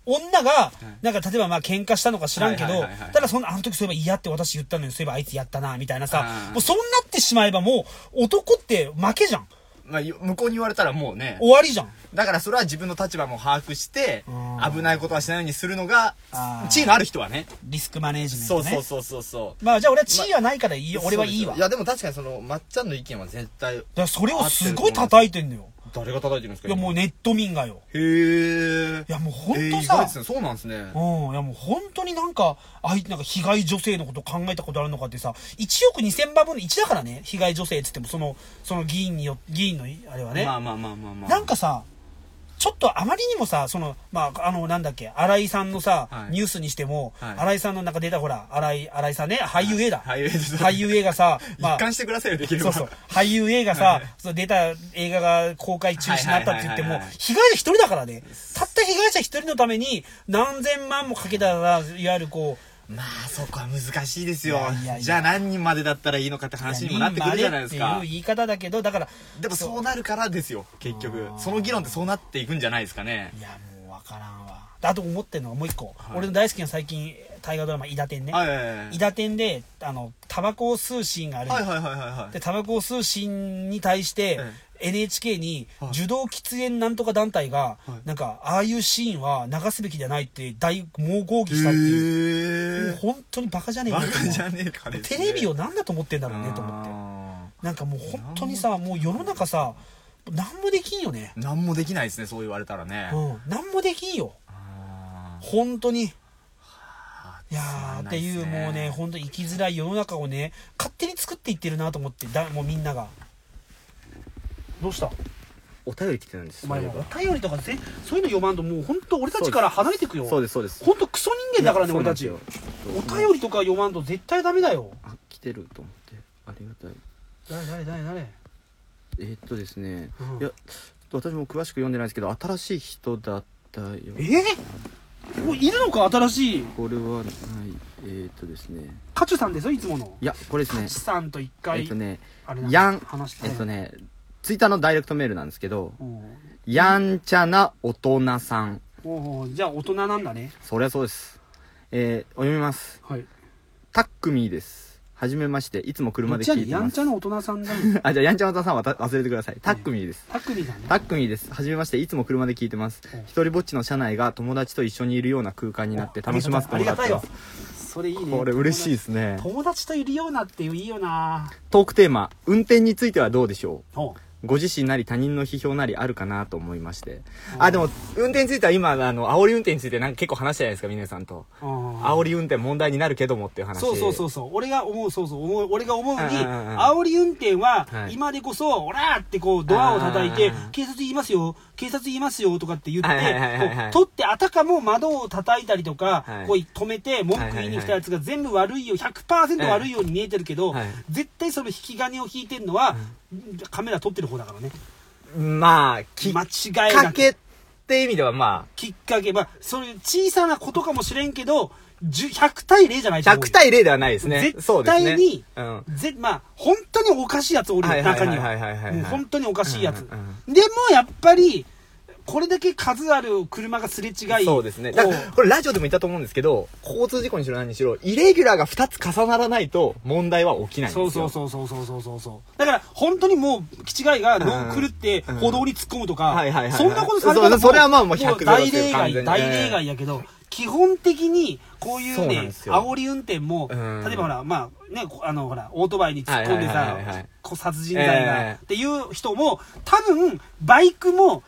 Speaker 2: 女が、なんか例えばまあ喧嘩したのか知らんけ
Speaker 3: はい
Speaker 2: ど
Speaker 3: はいはいはい、
Speaker 2: ただそんな、あの時そういえば嫌って私言ったのに、そういえばあいつやったな、みたいなさ
Speaker 3: う、ん
Speaker 2: もうそうなってしまえばもう男って負けじゃん。
Speaker 3: まあ、よ向こうに言われたらもうね、
Speaker 2: 終わりじゃん。
Speaker 3: だからそれは自分の立場も把握して
Speaker 2: う、ん
Speaker 3: 危ないことはしないようにするのが
Speaker 2: あー、
Speaker 3: 地位のある人はね。
Speaker 2: リスクマネージメント
Speaker 3: そ
Speaker 2: ね。
Speaker 3: うそうそうそうそう。
Speaker 2: まあじゃあ俺は地位はないからいいよ、俺はいいわ。
Speaker 3: い
Speaker 2: だか
Speaker 3: や、でも確かにその、まっちゃんの意見は絶対、
Speaker 2: らそれをすごい叩いてんのよ。
Speaker 3: 誰が叩いてるんですか
Speaker 2: いやもう
Speaker 3: う、
Speaker 2: ネット民がよ。
Speaker 3: へー。
Speaker 2: いやもうほん
Speaker 3: えー
Speaker 2: と
Speaker 3: 意
Speaker 2: さ、
Speaker 3: 外ですね。そうなんですね。
Speaker 2: うん、いやもう本当になんか、あいなんか被害女性のこと考えたことあるのかってさ、1億2000万分の1だからね、被害女性って言っても、その、その議員によ、議員の、あれはね。
Speaker 3: まあまあまあまあまあ。
Speaker 2: なんかさ、ちょっとあまりにもさ、その、まあ、あの、なんだっけ、新井さんのさ、
Speaker 3: はい
Speaker 2: ニュースにしても、
Speaker 3: はい
Speaker 2: 新井さんのなんか出たほら、新井、新井さんね、俳優 A だ。
Speaker 3: 俳優です
Speaker 2: 俳優 A がさ、まあ
Speaker 3: 一、貫してくださいよ、できれ
Speaker 2: そ
Speaker 3: ば。
Speaker 2: うそう。俳優映画
Speaker 3: はい
Speaker 2: さ
Speaker 3: はい、
Speaker 2: そう出た映画が公開中止になったって言って
Speaker 3: はい
Speaker 2: も
Speaker 3: はいはいはい、
Speaker 2: 被害者一人だからね。たった被害者一人のために何千万もかけたら、いわゆるこう、
Speaker 3: まあそこは難しいですよ
Speaker 2: いやいやいや
Speaker 3: じゃあ何人までだったらいいのかって話にもなってくるじゃないです
Speaker 2: 人ま
Speaker 3: か
Speaker 2: っていう言い方だけど、だから、
Speaker 3: でもそうなるからですよ結局その議論ってそうなっていくんじゃないですかね
Speaker 2: いや、もうわからんわ。であと思ってるのがもう一個。俺の大好きな最近、大河ドラマ、イダテンね。
Speaker 3: はいはいはい
Speaker 2: イダテンで、あの、タバコを吸うシーンがあるの
Speaker 3: はいはいはいはい
Speaker 2: でタバコを吸うシーンに対して
Speaker 3: え
Speaker 2: NHK に
Speaker 3: はい
Speaker 2: 受動喫煙なんとか団体
Speaker 3: は
Speaker 2: が
Speaker 3: い
Speaker 2: なんかああいうシーンは流すべきじゃないって大猛抗議したっていう、も
Speaker 3: へ
Speaker 2: う
Speaker 3: え
Speaker 2: 本当にバカじゃねえ
Speaker 3: バ
Speaker 2: か
Speaker 3: カじゃねえかね
Speaker 2: テレビを何だと思ってんだ
Speaker 3: だ
Speaker 2: ろうねと思ってなんかもう本当にさもう世の中さ何もできんよね
Speaker 3: 何もできないですねそう言われたらね
Speaker 2: うん何もできんよ
Speaker 3: あ
Speaker 2: 本当にいやー
Speaker 3: つまん
Speaker 2: っ
Speaker 3: な
Speaker 2: て
Speaker 3: いっすね
Speaker 2: いうもうね本当生きづらい世の中をね勝手に作っていってるなと思ってだもうみんながどうした
Speaker 3: お便り来てるんです
Speaker 2: お前もお便りとかぜそういうの読まんともう本当俺たちから離れてくよ
Speaker 3: すそうです
Speaker 2: 本当クソ人間だからね俺たちお便りとか読まんと絶対ダメだよ
Speaker 1: あ来てると思ってありがたい
Speaker 2: 誰誰誰誰
Speaker 1: えーっとですね、
Speaker 2: うん
Speaker 1: いやちょっと私も詳しく読んでないんですけど新しい人だったよ
Speaker 2: えー、もういるのか新しい
Speaker 1: これははいえーっとですね
Speaker 2: カチュさんですよいつもの
Speaker 1: いやこれです
Speaker 2: カ
Speaker 1: ね
Speaker 2: チュさんと一
Speaker 1: え
Speaker 2: 回、
Speaker 1: ーっとね
Speaker 2: あれなん
Speaker 1: ヤン
Speaker 2: 話して
Speaker 1: えーっとねツイッターのダイレクトメールなんですけど
Speaker 2: おう
Speaker 1: 「やんちゃな大人さん
Speaker 2: おうじゃあ大人なんだね」
Speaker 1: そりゃそうですえー、お読みます
Speaker 2: はい
Speaker 1: タックミーですはじめましていつも車で
Speaker 2: ど
Speaker 1: 聞
Speaker 2: っちや
Speaker 1: い
Speaker 2: ね
Speaker 1: て
Speaker 2: や
Speaker 1: ま
Speaker 2: ん
Speaker 1: す
Speaker 2: ちゃな大人さんだね
Speaker 1: あじゃあやんちゃな大人さんはた忘れてくださいタックミーです
Speaker 2: タクミだね
Speaker 1: タックミーです。はじめまして。いつも車で聞いてます
Speaker 2: うん。
Speaker 1: 一人ぼっちの車内が友達と一緒にいるような空間になって楽しませて
Speaker 2: あ
Speaker 1: も
Speaker 2: り
Speaker 1: ら
Speaker 2: が
Speaker 1: ったて
Speaker 2: い
Speaker 1: ま
Speaker 2: よ
Speaker 1: す。
Speaker 2: それいいね
Speaker 1: これ嬉しいですね。
Speaker 2: 友達といるようなっていういいよな
Speaker 1: トークテーマ、運転についてはどうでしょ
Speaker 2: おう
Speaker 1: うご自身なり他人の批評なりあるかなと思いまして。あ、でも、運転については今、あの、煽り運転についてなんか結構話したじゃないですか、皆さんと。
Speaker 2: うん
Speaker 1: 煽り運転問題になるけどもっていう話。
Speaker 2: そうそうそうそう俺が思うそうそう思う俺が思うに
Speaker 1: うんうんうん
Speaker 2: 煽り運転は
Speaker 1: はい
Speaker 2: 今でこそ「オラ!」ってこうドアを叩いて
Speaker 1: うんうんうん
Speaker 2: 「警察いますよ警察いますよ」とかって言って
Speaker 1: はいはいはいはいはい
Speaker 2: こう取ってあたかも窓を叩いたりとか
Speaker 1: はい
Speaker 2: こう止めて文句言いに来たやつが全部悪いよ100%悪いように見えてるけど
Speaker 1: はい
Speaker 2: 絶対その引き金を引いてるのはカメラ撮ってる方だからね
Speaker 1: まあ、きっ
Speaker 2: 間違いな
Speaker 1: かけっ
Speaker 2: く
Speaker 1: て意味ではま
Speaker 2: きっかけまあそういう小さなことかもしれんけど10 100対0じゃない
Speaker 1: あ、
Speaker 2: と思うよ
Speaker 1: 100対0ではないですね。そう
Speaker 2: 絶
Speaker 1: ですね。
Speaker 2: 対に
Speaker 1: うん。
Speaker 2: ぜまあ本当におかしいやつ俺の中に
Speaker 1: はいはいはいはいはい
Speaker 2: は
Speaker 1: はい
Speaker 2: もう本当におかしいやつ、
Speaker 1: うんうん
Speaker 2: でもやっぱりこれだけ数ある車がすれ違い
Speaker 1: そうですね。
Speaker 2: こ
Speaker 1: だ
Speaker 2: う
Speaker 1: から、これラジオでも言ったと思うんですけど、交通事故にしろ何にしろ、イレギュラーが2つ重ならないと問題は起きないんです
Speaker 2: そ
Speaker 1: よ。
Speaker 2: うそうそうそうそうそうそうそうだから本当にもう気違いが脳狂って
Speaker 1: うん
Speaker 2: 歩道に突っ込むと
Speaker 1: は
Speaker 2: か
Speaker 1: いはいはい
Speaker 2: そんなことさ
Speaker 1: そ
Speaker 2: れた
Speaker 1: う
Speaker 2: ら
Speaker 1: そうそれはまあもう100
Speaker 2: も大例
Speaker 1: 完全
Speaker 2: 外
Speaker 1: に
Speaker 2: 大例外やけど基本的にこういう
Speaker 1: そうなん
Speaker 2: ね
Speaker 1: ですよ
Speaker 2: 煽り運転も
Speaker 1: うん
Speaker 2: 例えばほらまあねこあのほらオートバイに突っ込ん
Speaker 1: はい
Speaker 2: で
Speaker 1: はい
Speaker 2: さ
Speaker 1: はいはいはい
Speaker 2: こう殺人罪が
Speaker 1: え
Speaker 2: っていう人も多分バイクも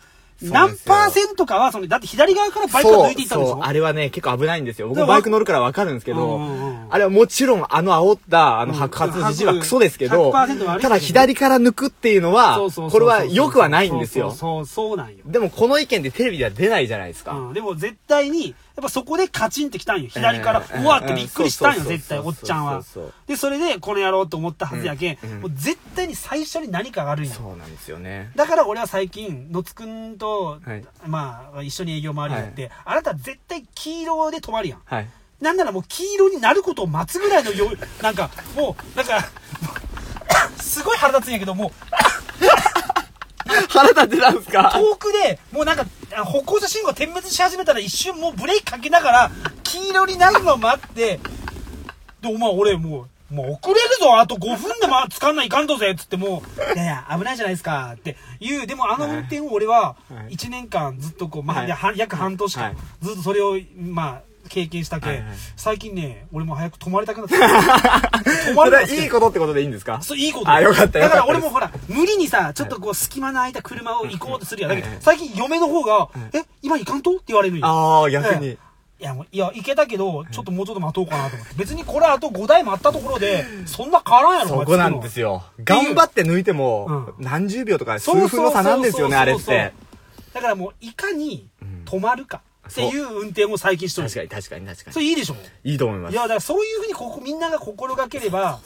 Speaker 2: 何パーセントかはそのだって左側からバイクが抜いていったんで
Speaker 1: そう、
Speaker 2: し
Speaker 1: そう
Speaker 2: ょ
Speaker 1: あれはね、結構危ないんですよ。僕
Speaker 2: でも
Speaker 1: もバイク乗るからわかるんですけど、
Speaker 2: うんうんうん
Speaker 1: あれはもちろんあの煽った、あの白髪のじじはクソですけど、
Speaker 2: 100%悪い
Speaker 1: ただ左から抜くっていうのは
Speaker 2: そうそうそうそ
Speaker 1: こ
Speaker 2: う、
Speaker 1: れは良くはないんですよ。
Speaker 2: そうそうそうそうなんよ
Speaker 1: でもこの意見でテレビでは出ないじゃないですか。
Speaker 2: うん、でも絶対にっぱそこでカチンってきたんよ。左から、
Speaker 1: えー
Speaker 2: うわってびっくりしたんよ、
Speaker 1: そうそうそう
Speaker 2: 絶対、おっちゃんは
Speaker 1: そうそうそう。
Speaker 2: で、それで、この野郎と思ったはずやけん、
Speaker 1: うんうん
Speaker 2: もう絶対に最初に何かがあるんよ。
Speaker 1: そうなんですよね
Speaker 2: だから俺は最近、野津くんと、
Speaker 1: はい
Speaker 2: まあ、一緒に営業回りやって、あなた絶対黄色で止まるやん。
Speaker 1: はい
Speaker 2: なんならもう黄色になることを待つぐらいのよ、なんか、もう、なんか、すごい腹立つんやけど、もう、
Speaker 1: 腹立ってたんですか
Speaker 2: 遠くで、もうなんか、あ歩行者信号点滅し始めたら一瞬もうブレーキかけながら、黄色になるの待って、で、お前俺もう、もう遅れるぞあと5分でまあ、つかんないかんとぜっつってもう、いやいや、危ないじゃないですかって言う、でもあの運転を俺
Speaker 1: は
Speaker 2: は、
Speaker 1: い
Speaker 2: 1年間ずっとこう、まあ、
Speaker 1: はい
Speaker 2: いやは約半年間、
Speaker 1: はい
Speaker 2: ずっとそれを、まあ、経験したけ、
Speaker 1: はいはい
Speaker 2: 最近ね、俺も早く止まりたく なってきた。止まりたくなってき
Speaker 1: それ
Speaker 2: た
Speaker 1: はいい ことってことでいいんですか
Speaker 2: そう、いいこと
Speaker 1: あよかったよかった
Speaker 2: だから俺もほら、無理にさ、ちょっとこう、隙間の空いた車を行こうとするやん。だけど、最近嫁の方が、え、今行かんとって言われるんよ。
Speaker 1: ああ逆
Speaker 2: ええ
Speaker 1: に
Speaker 2: いや、もう、いや、行けたけど、ちょっともうちょっと待とうかなと思って。別にこれあと5台待ったところで、そんな変わらんや
Speaker 1: そ
Speaker 2: ろ、
Speaker 1: こなんです
Speaker 2: よ。
Speaker 1: よ頑張って抜いても
Speaker 2: う
Speaker 1: 何十秒とか数
Speaker 2: そうそう
Speaker 1: 分の差なんですよね
Speaker 2: そ
Speaker 1: あ
Speaker 2: うそ
Speaker 1: れ
Speaker 2: う
Speaker 1: っ
Speaker 2: そう
Speaker 1: て。
Speaker 2: だからもう、いかに止まるかっていう運転を最近しとる。
Speaker 1: 確かに確かに確か
Speaker 2: そ
Speaker 1: に
Speaker 2: れいいでしょ
Speaker 1: いいと思いま
Speaker 2: い
Speaker 1: す
Speaker 2: や、だからそういうふうにここみんなが心がければ、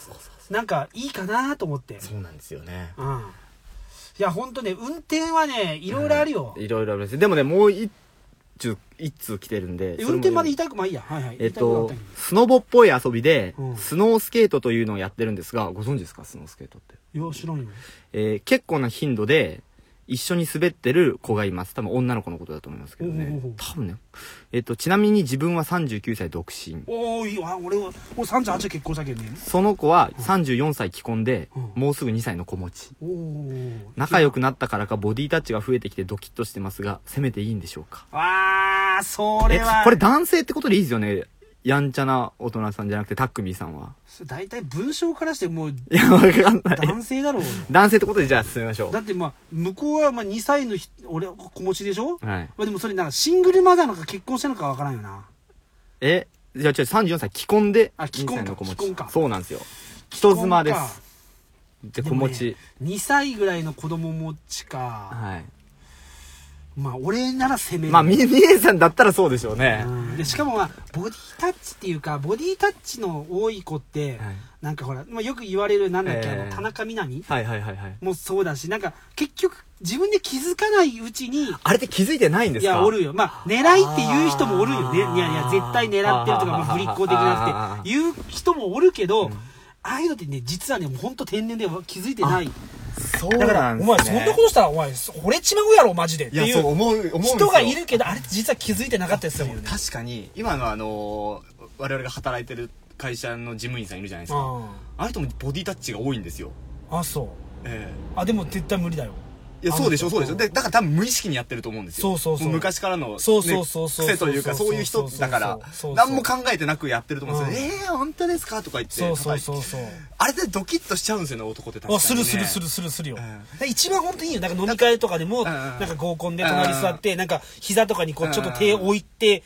Speaker 2: なんかいいかなと思って。
Speaker 1: そうなんですよね
Speaker 2: うん。いや、ほんとね、運転はね、いろいろあるよ。
Speaker 1: いろいろありますでもねもう一通一通来てるんで
Speaker 2: え
Speaker 1: それ
Speaker 2: 運
Speaker 1: も
Speaker 2: 転まで言いたくまあいいや。はいはい。
Speaker 1: えっ
Speaker 2: 言いたくな
Speaker 1: と
Speaker 2: たんや
Speaker 1: スノボっぽい遊びで
Speaker 2: うん
Speaker 1: スノースケートというのをやってるんですがご存知ですかスノースケートって
Speaker 2: いや、知らんよ。
Speaker 1: えー結構な頻度で一緒に滑ってる子がいます多分女の子のことだと思いますけど
Speaker 2: おうお
Speaker 1: ね
Speaker 2: うおう
Speaker 1: 多分ねえっとちなみに自分は39歳独身
Speaker 2: おー、いいわ。俺は、俺38で結婚したけどね。
Speaker 1: その子は34歳既婚で
Speaker 2: うん
Speaker 1: もうすぐ2歳の子持ち
Speaker 2: おー。
Speaker 1: 仲良くなったからかボディタッチが増えてきてドキッとしてますがせめていいんでしょうか
Speaker 2: あー、そ
Speaker 1: え
Speaker 2: れは。
Speaker 1: これ、男性ってことでいいですよねやんちゃな大人さんじゃなくてタックミーさんは
Speaker 2: 大体文章からしてもう、
Speaker 1: いやわかんない
Speaker 2: 男性だろうよ。
Speaker 1: 男性ってことでじゃあ進めましょ
Speaker 2: だってまあ、向こうはまあ2歳のひ、俺、子持ちでしょ
Speaker 1: うはい
Speaker 2: まあでもそれなんかシングルマザーなのか結婚したのかわからんよな。
Speaker 1: えじゃあ違う34歳既婚で
Speaker 2: あ既婚か
Speaker 1: 2歳の子持ち
Speaker 2: 既婚か
Speaker 1: そうなんですよ人妻です
Speaker 2: 既婚か
Speaker 1: で子持ち、。
Speaker 2: 2歳ぐらいの子供持ちか。
Speaker 1: はい
Speaker 2: まあ俺なら攻める。
Speaker 1: まあみみえさんだったらそうでしょうね、
Speaker 2: でしかもまあボディタッチっていうかボディタッチの多い子って、
Speaker 1: はい
Speaker 2: なんかほら、まあ、よく言われるなんだっけ、
Speaker 1: えー
Speaker 2: あの田中みな実
Speaker 1: はいはいはいはい
Speaker 2: もそうだしなんか結局自分で気づかないうちに
Speaker 1: あれって気づいてないんで
Speaker 2: い
Speaker 1: すか
Speaker 2: やおるよまあ狙いっていう人もおるよねい
Speaker 1: あ
Speaker 2: や
Speaker 1: ー
Speaker 2: いや絶対狙ってるとか
Speaker 1: あー
Speaker 2: まあぶりっ子的なっていう人もおるけど、ああいうのってね実はねもうほんと天然で気づいてない
Speaker 1: そう
Speaker 4: だか
Speaker 1: な
Speaker 4: ら、
Speaker 1: ん
Speaker 4: お
Speaker 1: ですね
Speaker 4: 前そんなことしたら、お前、惚れちまうやろ、マジで。って
Speaker 5: いや、
Speaker 4: い
Speaker 5: そう
Speaker 4: う
Speaker 5: 思う、思うんですよ
Speaker 4: 人がいるけど、あれって実は気づいてなかったですよね。
Speaker 5: 確かに、今のあのー、我々が働いてる会社の事務員さんいるじゃないですか。
Speaker 4: あ
Speaker 5: あの人もボディタッチが多いんですよ。
Speaker 4: あ、そう。
Speaker 5: え
Speaker 4: あ、でも絶対無理だよ。
Speaker 5: えいや、そうでしょ、そうでしょ。で、だから多分無意識にやってると思うんですよ。
Speaker 4: そうそうそう
Speaker 5: も昔からの、ね
Speaker 4: そうそうそうそう
Speaker 5: 癖というか、
Speaker 4: そう
Speaker 5: そう
Speaker 4: そ
Speaker 5: いう
Speaker 4: そ
Speaker 5: う人
Speaker 4: うそう
Speaker 5: だから
Speaker 4: そうそう、
Speaker 5: 何も考えてなくやってると思うんですよ。ええ本当ですかとか言って。
Speaker 4: そうそうそうそう。
Speaker 5: あれでドキッとしちゃうんですよね、男って確かに、ね。
Speaker 4: あするするするするするよ、
Speaker 5: うん
Speaker 4: だから一番本当にいいよなんか飲み会とかでも
Speaker 5: んうん
Speaker 4: なんか合コンで隣座ってなんか膝とかにこうちょっと手を置いて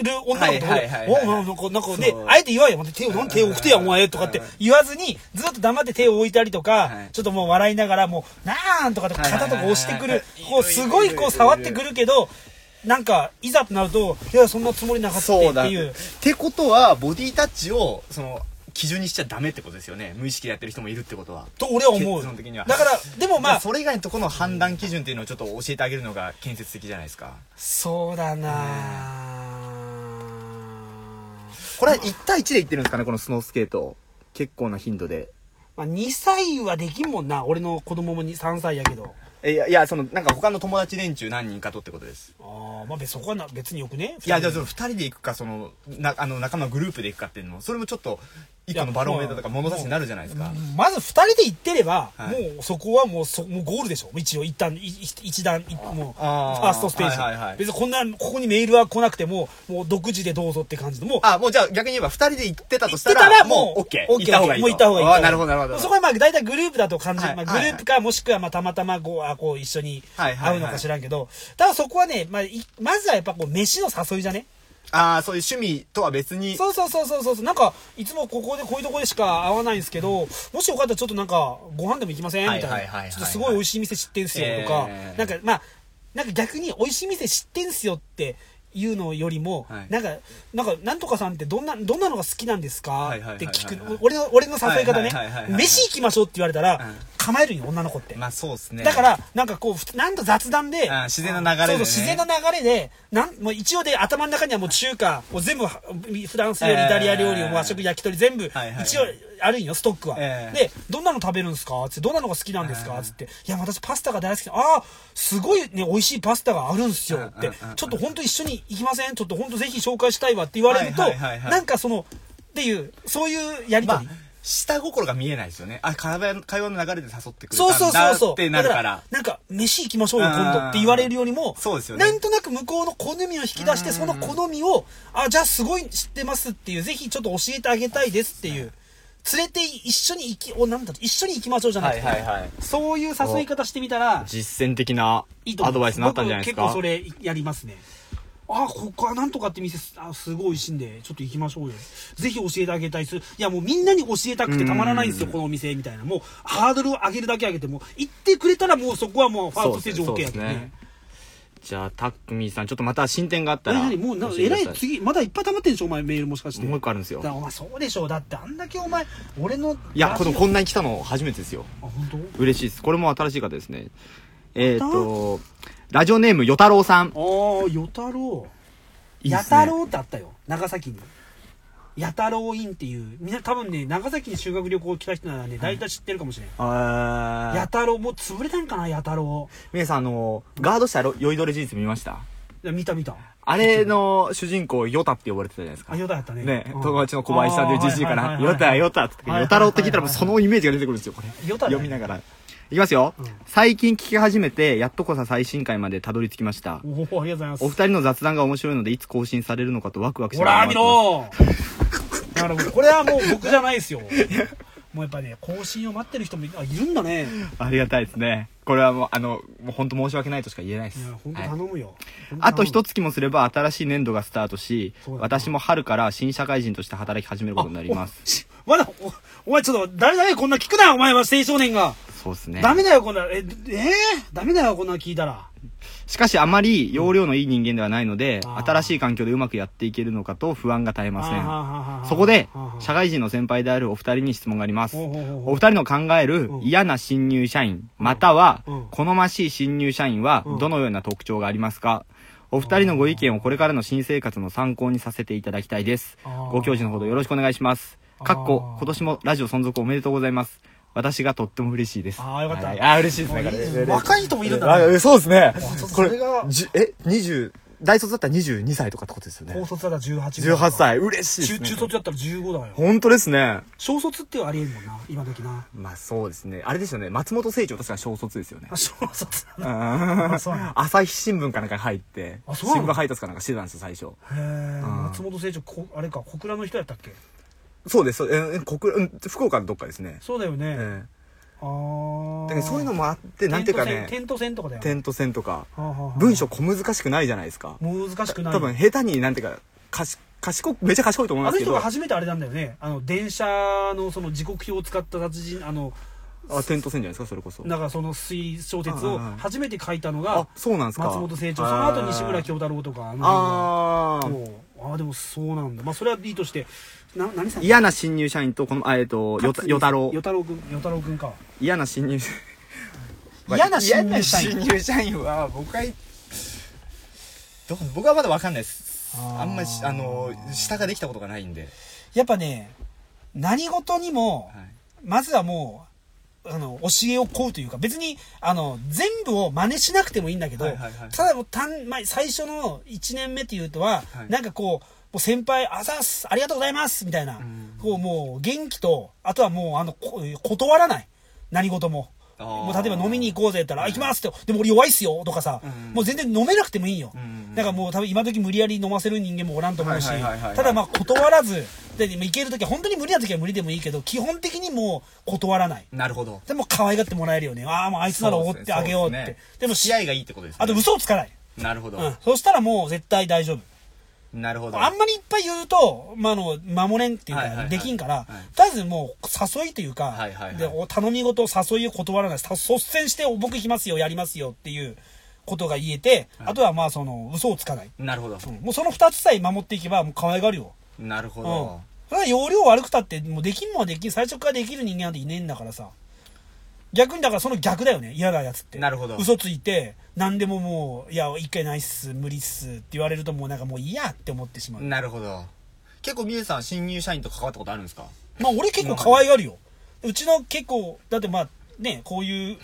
Speaker 4: る女の子とか
Speaker 5: はい
Speaker 4: で
Speaker 5: はいはい
Speaker 4: お
Speaker 5: はい
Speaker 4: おおなんかなんかねあえて言わんよ手をなんで手を置くてやお前とかって言わずにずっと黙って手を置いたりとか、
Speaker 5: はい
Speaker 4: ちょっともう笑いながらもうなーんとかとか肩とか押してく
Speaker 5: はいはい
Speaker 4: る
Speaker 5: はいはい
Speaker 4: こうすごいこう触ってくるけどなんかいざとなるといやそんなつもりなかったって
Speaker 5: そうだ。
Speaker 4: っ
Speaker 5: って
Speaker 4: いう
Speaker 5: てことは、ボディタッチを、その、基準にしちゃダメってことですよね。無意識でやってる人もいるってことは。
Speaker 4: と俺は思う
Speaker 5: 結論的には
Speaker 4: だからでもまあ
Speaker 5: それ以外のところの判断基準っていうのをちょっと教えてあげるのが建設的じゃないですか
Speaker 4: そうだなあ
Speaker 1: これは1対1でいってるんですかねこのスノースケート結構な頻度で
Speaker 4: まあ、2歳はできんもんな俺の子供もに3歳やけど
Speaker 5: えいやいやそのなんか他の友達連中何人かとってことです
Speaker 4: ああまあ別そこはな別によくね
Speaker 5: いやじゃあその2人で行くかそのなあの仲間グループで行くかっていうのもそれもちょっと一個のバロメーターとか物差しになるじゃないですか
Speaker 4: まず2人で行ってれば、
Speaker 5: はい
Speaker 4: もうそこはもうそもうゴールでしょ一応一旦い一一段いもうフ
Speaker 5: あー
Speaker 4: ァーストステージ、
Speaker 5: はいはいはい
Speaker 4: 別にこんなここにメールは来なくてももう独自でどうぞって感じでもう
Speaker 5: あもうじゃあ逆に言えば2人で行ってたと
Speaker 4: 行っ
Speaker 5: した
Speaker 4: て
Speaker 5: ら
Speaker 4: たらもう、
Speaker 5: オッケー
Speaker 4: OK
Speaker 5: 行った方がいい
Speaker 4: もう行った方がいい。
Speaker 5: あなるほどなるほど
Speaker 4: そこはまあ、大体グループだと感じ、
Speaker 5: はい
Speaker 4: まあ、
Speaker 5: はい
Speaker 4: グループか、もしくはまあ、たまたまこう、あ、こう、一緒に
Speaker 5: はいはい
Speaker 4: 会
Speaker 5: はいう
Speaker 4: のか知らんけど、ただそこはね、まあ、いまずはやっぱこう、飯の誘いじゃね
Speaker 5: ああそういう趣味とは別に
Speaker 4: そうそうそうそうそう。なんか、いつもここで、こういうとこでしか会わないんですけど、もしよかったらちょっとなんか、ご飯でも行きませんみたい
Speaker 5: はいはいはいはいは
Speaker 4: な。
Speaker 5: い
Speaker 4: ちょっとすごい美味しい店知ってんすよとか
Speaker 5: え、ー
Speaker 4: なんか、まあ、なんか逆に美味しい店知ってんすよって
Speaker 2: 言うのよりも、
Speaker 6: はい
Speaker 2: なんか、なんか、なんとかさんってどんな、どんなのが好きなんです
Speaker 6: い
Speaker 2: か
Speaker 6: はいはいはい
Speaker 2: って聞く、俺の、俺の誘い方ね
Speaker 6: はいはいはいはいは、い
Speaker 2: 飯行きましょうって言われたら
Speaker 6: うん、
Speaker 2: 構えるよ、女の子って。
Speaker 6: まあそうですね。
Speaker 2: だから、なんかこうふつ、なんと雑談で
Speaker 6: うん、自然な流れでね
Speaker 2: そうそう、自然な流れで、なん、もう一応で頭の中にはもう中華、もう全部、はフランス料理、
Speaker 6: えー
Speaker 2: イタリア料理、和食、焼き鳥、全部
Speaker 6: はいはい、
Speaker 2: 一応あるんよ、ストックは。
Speaker 6: えー
Speaker 2: で、どんなの食べるんですかつって、どんなのが好きなんですかつって、いや、私パスタが大好きで、ああ、すごいね、美味しいパスタがあるんすよって、ちょっと本当一緒に行きませんちょっと本当ぜひ紹介したいわって言われると、
Speaker 6: はいはいはいはい
Speaker 2: なんかその、っていう、そういうやりと
Speaker 6: まあ
Speaker 2: り。、
Speaker 6: 下心が見えないですよね。あ、会話会話の流れで誘ってくれたん
Speaker 2: そう
Speaker 6: だ
Speaker 2: そうそうそう。
Speaker 6: ってなるから。
Speaker 2: だなんか、飯行きましょうよ、今度って言われるよりも、
Speaker 6: そうですよね
Speaker 2: なんとなく向こうの好みを引き出して、その好みを、あ、じゃあすごい知ってますっていう、ぜひちょっと教えてあげたいですっていう、連れて一緒に行き、お、なんだろう一緒に行きましょうじゃなくて、
Speaker 1: はいはい。
Speaker 2: そういう誘い方してみたら、
Speaker 1: 実践的ない
Speaker 2: いと思
Speaker 1: ア
Speaker 2: う
Speaker 1: ドバイスになったんじゃないですか
Speaker 2: 僕結構それやりますね。あ、ここはなんとかって店す、あ、すごい美味しいんで、ちょっと行きましょうよ。ぜひ教えてあげたいです。いや、もうみんなに教えたくてたまらないんですよ、このお店、みたいな。もう、ハードルを上げるだけ上げて、もう、行ってくれたらもうそこはもう、ファーストステージ
Speaker 1: そう
Speaker 2: OK
Speaker 1: で
Speaker 2: や
Speaker 1: す
Speaker 2: け
Speaker 1: ね
Speaker 2: どね。
Speaker 1: じゃあタックミーさんちょっとまた進展があったら
Speaker 2: 何何もう、な
Speaker 1: 教
Speaker 2: え
Speaker 1: てく
Speaker 2: ら
Speaker 1: ださ
Speaker 2: い、次、まだいっぱい溜まってんでしょ、お前、メールもしかして。
Speaker 1: もう一個あるんですよ
Speaker 2: だからお前、そうでしょ。だって、あんだけお前、俺の、
Speaker 1: いや
Speaker 2: ラジ
Speaker 1: こ
Speaker 2: オ
Speaker 1: のこんなに来たの初めてですよ
Speaker 2: あ、本当
Speaker 1: 嬉しいですこれも新しい方ですねえっ、とラジオネーム与太郎さん
Speaker 2: あー、与太郎。
Speaker 1: いいっ
Speaker 2: や
Speaker 1: すね
Speaker 2: たろうってあったよ長崎にやたろうインっていうみんな多分ね長崎に修学旅行来た人ならね大体知ってるかもしれない、
Speaker 1: あ
Speaker 2: やたろうもう潰れたんかなやたろ
Speaker 1: 皆さんあのガードした酔いどれ事実見ました
Speaker 2: ういや見た見た
Speaker 1: あれの主人公ヨタって呼ばれてたじゃないですか
Speaker 2: あヨタやったね
Speaker 1: ね、
Speaker 2: うん
Speaker 1: 友達の小林さんというじじいか
Speaker 2: あーは
Speaker 1: ら、
Speaker 2: いはい
Speaker 1: ヨ
Speaker 2: はいは
Speaker 1: タ
Speaker 2: い
Speaker 1: ヨタって、
Speaker 2: はいはいはいはい
Speaker 1: ヨタロって聞いたらもうそのイメージが出てくるんですよ、これ。
Speaker 2: ヨタだね
Speaker 1: 読みながら。いきますよ、最近聞き始めて、やっとこさ最新回までたどり着きました。
Speaker 2: おおありがとうござ
Speaker 1: お二
Speaker 2: います
Speaker 1: 人の雑談が面白いので、いつ更新されるのかとワクワクし
Speaker 2: ほ
Speaker 1: なが
Speaker 2: ら
Speaker 1: ら
Speaker 2: 見
Speaker 1: 待ってます。
Speaker 2: ろ だからもうこれはもう僕じゃないですよもうやっぱね更新を待ってる人もいあいるんだね
Speaker 1: ありがたいですね。これはもう、あの、もう本当申し訳ないとしか言えないで
Speaker 2: い
Speaker 1: す。
Speaker 2: や本当
Speaker 1: はい
Speaker 2: 頼むよ、ほん
Speaker 1: あと
Speaker 2: 頼む
Speaker 1: 一月もすれば新しい年度がスタートし、
Speaker 2: うだな
Speaker 1: 私も春から新社会人として働き始めることになります。
Speaker 2: しまだおお前ちょっと誰だよこんな聞くなお前は青少年が、
Speaker 1: そうですね。
Speaker 2: ダメだよこんなええー、ダメだよこんな聞いたら
Speaker 1: しかしあまり容量のいい人間ではないので、新しい環境でうまくやっていけるのかと不安が絶えませ
Speaker 2: あーはーはーは
Speaker 1: ん。
Speaker 2: ー
Speaker 1: そこで
Speaker 2: はーは、ー
Speaker 1: 社会人の先輩であるお二人に質問があります。
Speaker 2: ほうほうほうほう
Speaker 1: お二人の考える嫌な新入社員、または
Speaker 2: うん
Speaker 1: 好ましい新入社員はどのような特徴がありますかお二人のご意見をこれからの新生活の参考にさせていただきたいです
Speaker 2: あー。
Speaker 1: ご教授のほどよろしくお願いします。かっこ
Speaker 2: あー、
Speaker 1: 今年もラジオ存続おめでとうございます。私がとっても嬉しいです。
Speaker 2: あーよかった
Speaker 1: はいあー、嬉しいですねこれ。
Speaker 2: 若い人もいるんだね
Speaker 1: あそうですね。こ
Speaker 2: それ
Speaker 1: れ
Speaker 2: が、
Speaker 1: じえ、20、大卒だったら22歳とかってことですよね
Speaker 2: 高。卒だったら18ぐらい
Speaker 1: 18歳、嬉しいです
Speaker 2: 中
Speaker 1: ね。
Speaker 2: 中卒だったら15だよ
Speaker 1: 本当ですね。
Speaker 2: 小卒ってありえんもんな今時な
Speaker 1: まあそうですね。あれですよね。松本清張確か小卒ですよね
Speaker 2: あ。小卒なんだ
Speaker 1: うん
Speaker 2: そうな
Speaker 1: 朝日新聞かなんかに入って、
Speaker 2: あそうなの
Speaker 1: 新聞配達かなんかしてたんですよ、最初。
Speaker 2: へえ松本清張こあれか小倉の人やったっけ
Speaker 1: そうです、そうえー国うん福岡のどっかですね。
Speaker 2: そうだよ
Speaker 1: え
Speaker 2: ね
Speaker 1: ー
Speaker 2: ああ
Speaker 1: だからそういうのもあって、なんていうか
Speaker 2: テ
Speaker 1: ね、
Speaker 2: ント戦とかだよ
Speaker 1: 点と線とか、
Speaker 2: はあはあはあ
Speaker 1: 文章小難しくないじゃないですか。
Speaker 2: 難しくない
Speaker 1: 多分下手になんていうか、かし賢く、めちゃ賢いと思い
Speaker 2: あ
Speaker 1: ま
Speaker 2: の
Speaker 1: すけ
Speaker 2: 人
Speaker 1: ど
Speaker 2: が、初めてあれなんだよねあの電車のその時刻表を使った達人あの
Speaker 1: あ、点と線じゃないですか、それこそ。
Speaker 2: だからその水小説
Speaker 1: う
Speaker 2: を
Speaker 1: んうんうん
Speaker 2: 初めて書いたの
Speaker 1: あ
Speaker 2: が、
Speaker 1: そうなんですか。
Speaker 2: 松本清張その後西村
Speaker 1: 京
Speaker 2: 京太郎とかあの辺が
Speaker 1: あー
Speaker 2: そうああでもそうなんだまあそれはいいとしてな何さん
Speaker 1: 嫌な新入社員とこのあえっ、とよたよたろ
Speaker 2: 与
Speaker 1: う
Speaker 2: 太郎君与太郎君か
Speaker 1: 嫌な新入 社員
Speaker 2: 嫌な新入社員
Speaker 6: 嫌な新入社員 は、僕は、どう僕はまだわかんないです。
Speaker 2: あー
Speaker 6: あんまり、あの、下ができたことがないんで。
Speaker 2: やっぱね何事にも
Speaker 6: はい
Speaker 2: まずはもうあの教えをこうというか別にあの全部を真似しなくてもいいんだけど、
Speaker 6: はいはいはい
Speaker 2: ただもう単、まあ、最初の1年目っていうとは、
Speaker 6: はい
Speaker 2: なんかこうもう先輩あざっすありがとうございますみたいな、こうもう元気とあとはもうあのこ断らない何事も。
Speaker 6: あー
Speaker 2: もう例えば飲みに行こうぜって言ったら、あ行きますって、でも俺弱いっすよとかさ、もう全然飲めなくてもいいよ。だからもう多分今時無理やり飲ませる人間もおらんと思うし
Speaker 6: はいはいはいはいは、い
Speaker 2: ただまあ断らず、ででも行けるときは本当に無理なときは無理でもいいけど、基本的にもう断らない。
Speaker 6: なるほど。
Speaker 2: でも可愛がってもらえるよね。ああ、もうあいつならおごってあげようって。
Speaker 6: そ
Speaker 2: で
Speaker 6: ですね
Speaker 2: も
Speaker 6: 試合がいいってことですね。
Speaker 2: あと嘘をつかない。
Speaker 6: なるほど。
Speaker 2: うん。そしたらもう絶対大丈夫。
Speaker 6: なるほど。
Speaker 2: あんまりいっぱい言うと、まあ、あの、守れんっていう
Speaker 6: はいはいは
Speaker 2: か、
Speaker 6: い
Speaker 2: できんから、
Speaker 6: はい
Speaker 2: とりあえずもう、誘いというか、
Speaker 6: はいはいはい
Speaker 2: でお頼み事を誘いを断らない、さ率先して、お僕行きますよ、やりますよっていう、ことが言えて、あとはまあその、嘘をつかない。
Speaker 7: なるほど。
Speaker 2: うんもうその二つさえ守っていけば、もう可愛がるよ。
Speaker 7: なるほ
Speaker 2: うん
Speaker 7: ど。。
Speaker 2: それは容量悪くたって、もうできんもんはできん、最初からできる人間なんていねえんだからさ。逆にだからその逆だよね、嫌なやつって。
Speaker 7: なるほど
Speaker 2: 嘘ついて、何でももう、いや、一回ないっす、無理っすって言われるともうなんかもう嫌って思ってしまう。
Speaker 7: なるほど。結構、みゆさん、新入社員と関わったことあるんですか
Speaker 2: まあ俺結構可愛がるよ。うちの結構、だってまあね、こういう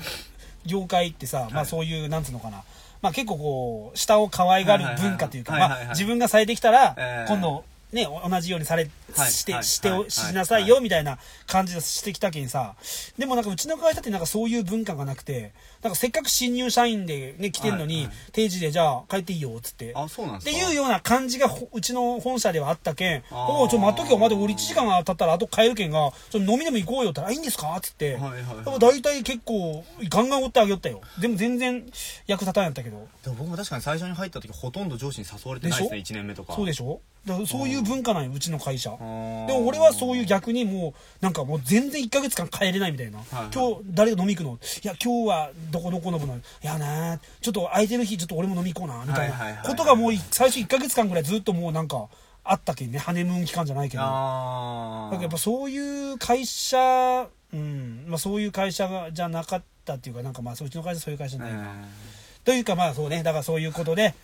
Speaker 2: 業界ってさ、まあそういう、なんつうのかな。まあ結構こう、下を可愛がる文化というか、
Speaker 7: はいはいはい
Speaker 2: まあ自分がされてきたら、
Speaker 7: えー
Speaker 2: 今度、ね、同じようにされ、
Speaker 7: はい
Speaker 2: して、
Speaker 7: はい
Speaker 2: して
Speaker 7: はい
Speaker 2: お、しなさいよ、みたいな感じがしてきたけんさ。でもなんかうちの会社ってなんかそういう文化がなくて、なんかせっかく新入社員でね、来てんのに、定時でじゃあ帰っていいよ、つって。
Speaker 7: あ、そうなん
Speaker 2: っ
Speaker 7: で
Speaker 2: て
Speaker 7: すか
Speaker 2: いうような感じがほうちの本社ではあったけん「
Speaker 7: あー
Speaker 2: おうちょっと待っとけよ待って俺1時間経ったらあと帰るけんがちょっと飲みでも行こうよ」って言ったら「あいいんですか?」っつって、
Speaker 7: はいはいはい
Speaker 2: でも大体結構ガンガン追ってあげよったよでも全然役立たんやったけど
Speaker 7: でも僕も確かに最初に入った時、ほとんど上司に誘われてないですね、
Speaker 2: で
Speaker 7: 1年目とか。
Speaker 2: そうでしょだからそういう文化なんようちの会社で
Speaker 7: ー
Speaker 2: も俺はそういう逆にもうなんかもう全然1ヶ月間帰れないみたいな、
Speaker 7: はい
Speaker 2: 今日誰が飲み行くのいや今日はどこどこ飲むのいやなーちょっと空いてる日ちょっと俺も飲み行こうなみた
Speaker 7: は
Speaker 2: い
Speaker 7: いはい
Speaker 2: な
Speaker 7: はい
Speaker 2: ことがもう最初1ヶ月間ぐらいずっともうなんかあったけんねハネムーン期間じゃないけど
Speaker 7: あ
Speaker 2: だからやっぱそういう会社、うんまあ、そういう会社がじゃなかったっていうかなんかまあそううちの会社そういう会社じゃないな、
Speaker 7: あ。
Speaker 2: というかまあそうねだからそういうことで、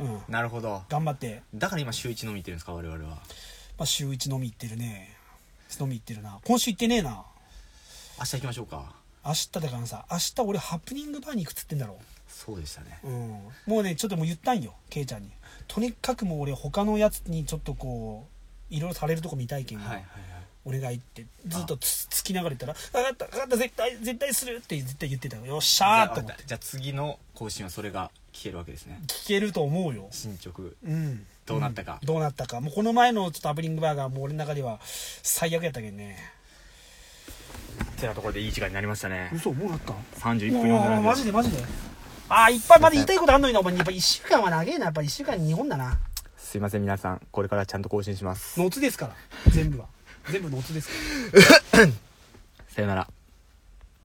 Speaker 2: うん、
Speaker 7: なるほど。
Speaker 2: 頑張って、
Speaker 7: だから今、週1飲み行ってるんですか、我々は。
Speaker 2: まあ、週1飲み行ってるね飲み行ってるな今週行ってねえな
Speaker 7: 明日行きましょうか。
Speaker 2: 明日だからさ明日俺ハプニングバーに行くっつってんだろ
Speaker 7: そうでしたね。
Speaker 2: うん、もうねちょっともう言ったんよケイちゃんにとにかくもう俺他のやつにちょっとこういろいろされるとこ見たいけんが、
Speaker 7: はいはい
Speaker 2: お願いってずっとつつきながら言ったら「分かった分かった絶対絶対する」って絶対言ってたよよっし
Speaker 7: は
Speaker 2: ゃ
Speaker 7: い。じゃ
Speaker 2: ーと
Speaker 7: あ
Speaker 2: 思って
Speaker 7: じゃあ次の更新はそれが聞けるわけですね。
Speaker 2: 聞けると思うよ
Speaker 7: 進捗、
Speaker 2: うん
Speaker 7: どうなったか。
Speaker 2: どうなったかもうこの前のちょっとアブリングバーガーもう俺の中では最悪やったけんね
Speaker 8: てなところでいい時間になりましたね
Speaker 2: 嘘もうなった
Speaker 8: 31分
Speaker 2: もう
Speaker 8: 47秒
Speaker 2: マジでマジでああいっぱいまだ言いたいことあんのになお前やっぱ1週間は長えなやっぱ1週間日本だな
Speaker 8: すいません皆さんこれからちゃんと更新します
Speaker 2: ノーツですから全部は全部ノーツですから
Speaker 8: さよなら